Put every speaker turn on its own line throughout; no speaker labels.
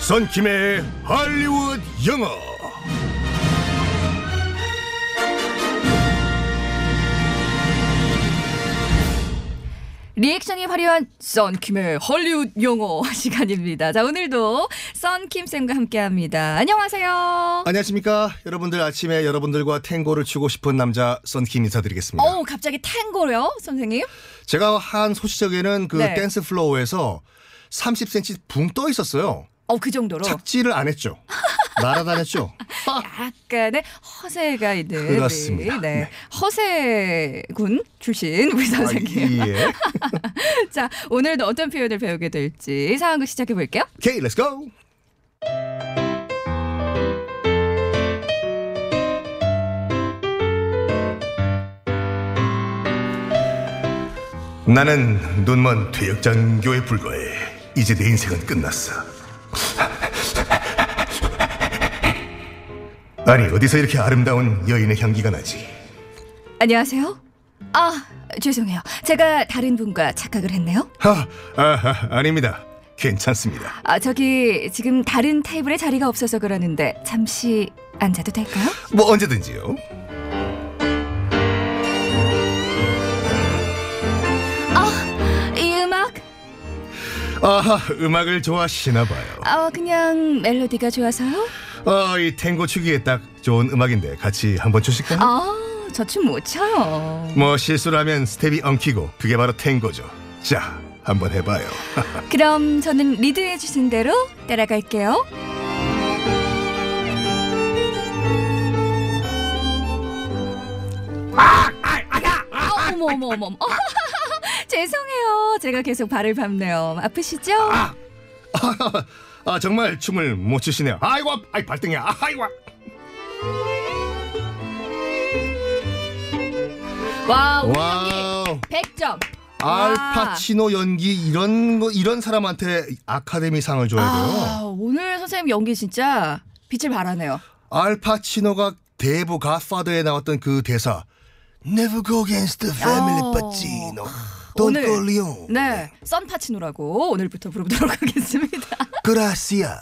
선킴의 할리우드 영어.
리액션이 화려한 썬킴의 헐리우드 영어 시간입니다. 자, 오늘도 썬킴 쌤과 함께합니다. 안녕하세요.
안녕하십니까? 여러분들 아침에 여러분들과 탱고를 추고 싶은 남자 선킴 인사드리겠습니다.
어우, 갑자기 탱고요, 선생님?
제가 한 소시적에는 그
네.
댄스 플로어에서 30cm 붕 떠 있었어요.
어, 그 정도로
착지를 안 했죠. 날아다녔죠. 빡!
약간의 허세가 있는
그렇습니다.
우리, 네. 허세군 출신 우리 선생님.
아, 예.
자, 오늘도 어떤 표현을 배우게 될지 상황극 시작해 볼게요.
오케이, 렛츠 고. 나는 눈먼 퇴역장교에 불과해. 이제 내 인생은 끝났어. 아니, 어디서 이렇게 아름다운 여인의 향기가 나지?
안녕하세요. 아, 죄송해요. 제가 다른 분과 착각을 했네요.
아, 아, 아 아닙니다. 괜찮습니다.
아, 저기 지금 다른 테이블에 자리가 없어서 그러는데 잠시 앉아도 될까요?
뭐 언제든지요.
이 음악
아하, 음악을 좋아하시나 봐요.
어, 그냥 멜로디가 좋아서요.
어, 이 탱고 추기에 딱 좋은 음악인데 같이 한번 추실까요?
아, 저 춤 못 춰요.
뭐 실수를 하면 스텝이 엉키고 그게 바로 탱고죠. 자, 한번 해봐요.
그럼 저는 리드해 주신 대로 따라갈게요. 아, 어, 어머 어머 어머. 어머. 죄송해요. 제가 계속 발을 밟네요. 아프시죠?
아 정말 춤을 못 추시네요. 아이고, 아이 발등이야. 아이고.
와, 우리 연기
와우.
100점.
알파치노 연기 이런 거 이런 사람한테 아카데미 상을 줘야 돼요.
아, 오늘 선생님 연기 진짜 빛을 발하네요.
알파치노가 대부 갓파더에 나왔던 그 대사 Never go against the family,
어. 아,
Pacino. Don't
오늘-
go Leon.
네, 썬파치노라고 오늘부터 부르도록 하겠습니다.
Gracias.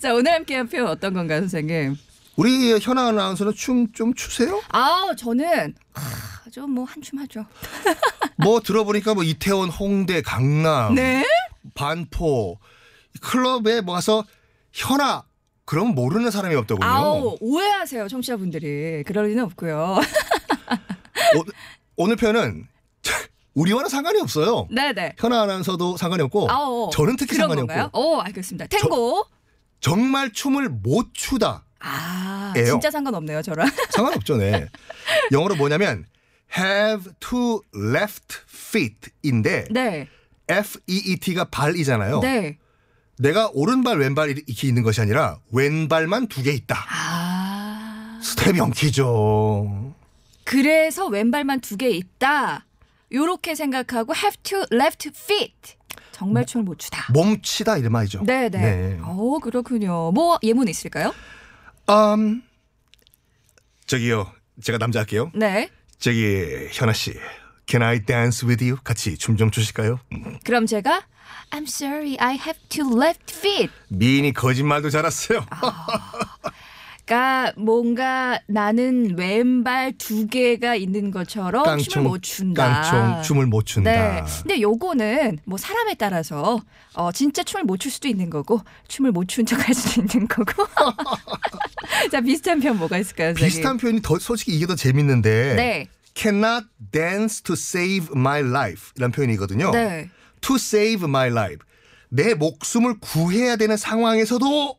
자, 오늘 함께한 표현 어떤 건가요, 선생님?
우리 현아 아나운서는 춤 좀 추세요?
아, 저는 아주 뭐 한춤 하죠.
뭐 들어보니까 뭐 이태원, 홍대, 강남,
네?
반포 클럽에 뭐 가서 현아 그럼 모르는 사람이 없더군요.
아우, 오해하세요, 청취자분들이. 그럴 리는 없고요.
오, 오늘 표현은 우리와는 상관이 없어요.
네, 네.
현아 아나운서도 상관이 없고
아우.
어, 저는 특히
그런
상관이
건가요?
없고
오, 알겠습니다. 탱고.
정말 춤을 못 추다
아,
예요.
진짜 상관없네요, 저랑.
상관없죠, 네. 영어로 뭐냐면 have two left feet인데
네.
F E E T가 발이잖아요.
네.
내가 오른발 왼발 이렇게 있는 것이 아니라 왼발만 두 개 있다.
아.
스텝 영키죠.
그래서 왼발만 두 개 있다. 요렇게 생각하고 have to left feet. 정말 춤을 못 추다.
몸치다 이런 말이죠.
네네.
네.
어 그렇군요. 뭐 예문 있을까요?
음, 저기요. 제가 남자 할게요.
네.
저기 현아 씨. Can I dance with you? 같이 춤 좀 추실까요?
그럼 제가 I'm sorry, I have two left feet.
미인이 거짓말도 잘했어요.
아, 그러니까 뭔가 나는 왼발 두 개가 있는 것처럼 춤을 못 춘다.
깡총 춤을 못 춘다.
네. 근데 요거는 뭐 사람에 따라서 어 진짜 춤을 못 출 수도 있는 거고 춤을 못 추는 척 할 수도 있는 거고. 자 비슷한 표현 뭐가 있을까요, 선생님?
비슷한 표현이 더 솔직히 이게 더 재밌는데
네.
cannot dance to save my life 이런 표현이거든요.
네.
to save my life. 내 목숨을 구해야 되는 상황에서도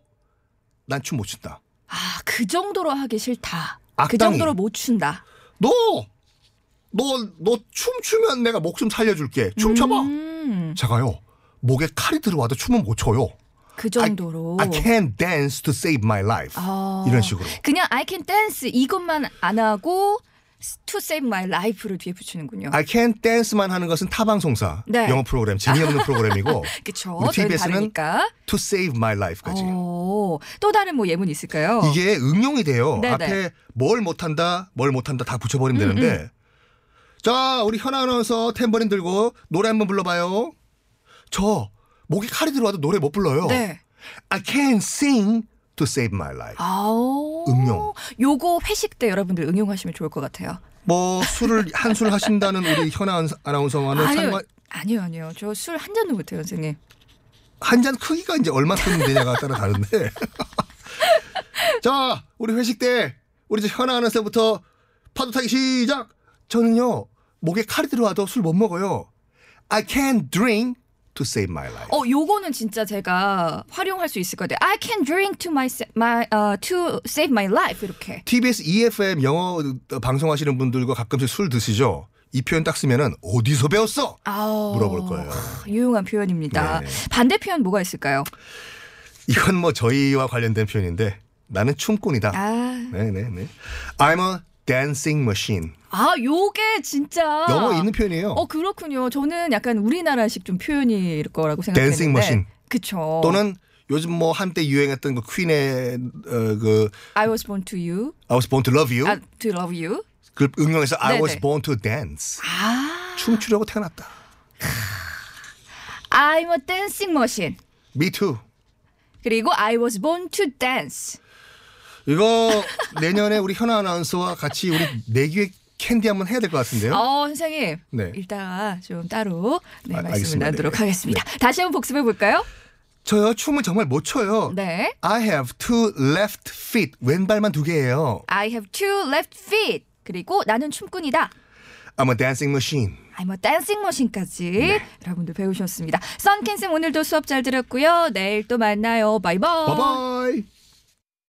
난 춤 못 춘다.
아, 그 정도로 하기 싫다. 그
악당이.
정도로 못 춘다.
너! 너, 너 춤추면 내가 목숨 살려줄게. 춤춰봐!
음,
제가요, 목에 칼이 들어와도 춤은 못 춰요.
그 정도로.
I can dance to save my life.
아.
이런 식으로.
그냥 I can dance 이것만 안 하고 to save my life를 뒤에 붙이는군요.
I can dance만 하는 것은 타 방송사
네.
영어 프로그램 재미없는 프로그램이고
그쵸.
우리
저희
TBS 는
다르니까.
to save my life까지.
어. 오, 또 다른 뭐 예문 있을까요?
이게 응용이 돼요.
네네.
앞에 뭘 못한다, 뭘 못한다 다 붙여버리면
음,
되는데. 자, 우리 현아 아나운서 탬버린 들고 노래 한번 불러봐요. 저 목에 칼이 들어와도 노래 못 불러요.
네.
I can sing to save my life.
아오.
응용.
요거 회식 때 여러분들 응용하시면 좋을 것 같아요.
뭐 술을 한 술 하신다는 우리 현아 아나운서와는
아니요.
상관
아니요, 아니요. 저 술 한 잔도 못해요, 선생님.
한 잔 크기가 이제 얼마큼 되냐가 따라 다른데. 자, 우리 회식 때 우리 이제 현아 아나운서부터 파도 타기 시작. 저는요 목에 칼이 들어와도 술 못 먹어요. I can drink to save my life.
어, 요거는 진짜 제가 활용할 수 있을 것 같아요. I can drink to my, se- my 어, to save my life 이렇게.
TBS EFM 영어 방송하시는 분들과 가끔씩 술 드시죠? 이 표현 딱 쓰면은 어디서 배웠어?
아오.
물어볼 거예요.
유용한 표현입니다.
네.
반대 표현 뭐가 있을까요?
이건 뭐 저희와 관련된 표현인데 나는 춤꾼이다.
아,
네네네. I'm a dancing machine.
아, 요게 진짜
영어 있는 표현이에요.
어 그렇군요. 저는 약간 우리나라식 좀 표현일 거라고 생각했는데.
댄싱 머신.
그쵸.
또는 요즘 뭐 한때 유행했던 그 퀸의 어, 그
I was born to you.
I was born to love you
아, to love you.
그 응용해서 I
네네.
was born to dance
아,
춤추려고 태어났다.
I'm a dancing machine.
Me too.
그리고 I was born to dance.
이거 내년에 우리 현아 아나운서와 같이 우리 내기획 캔디 한번 해야 될 것 같은데요.
어, 선생님.
네.
일단 좀 따로 네,
아,
말씀을
알겠습니다.
나누도록
네.
하겠습니다. 다시 한번 복습해 볼까요?
저요 춤을 정말 못 춰요.
네.
I have two left feet 왼발만 두 개예요.
I have two left feet. 그리고 나는 춤꾼이다.
I'm a dancing machine.
I'm a dancing machine까지
네.
여러분들 배우셨습니다. 썬캔쌤 오늘도 수업 잘 들었고요. 내일 또 만나요. 바이바이.
Bye bye.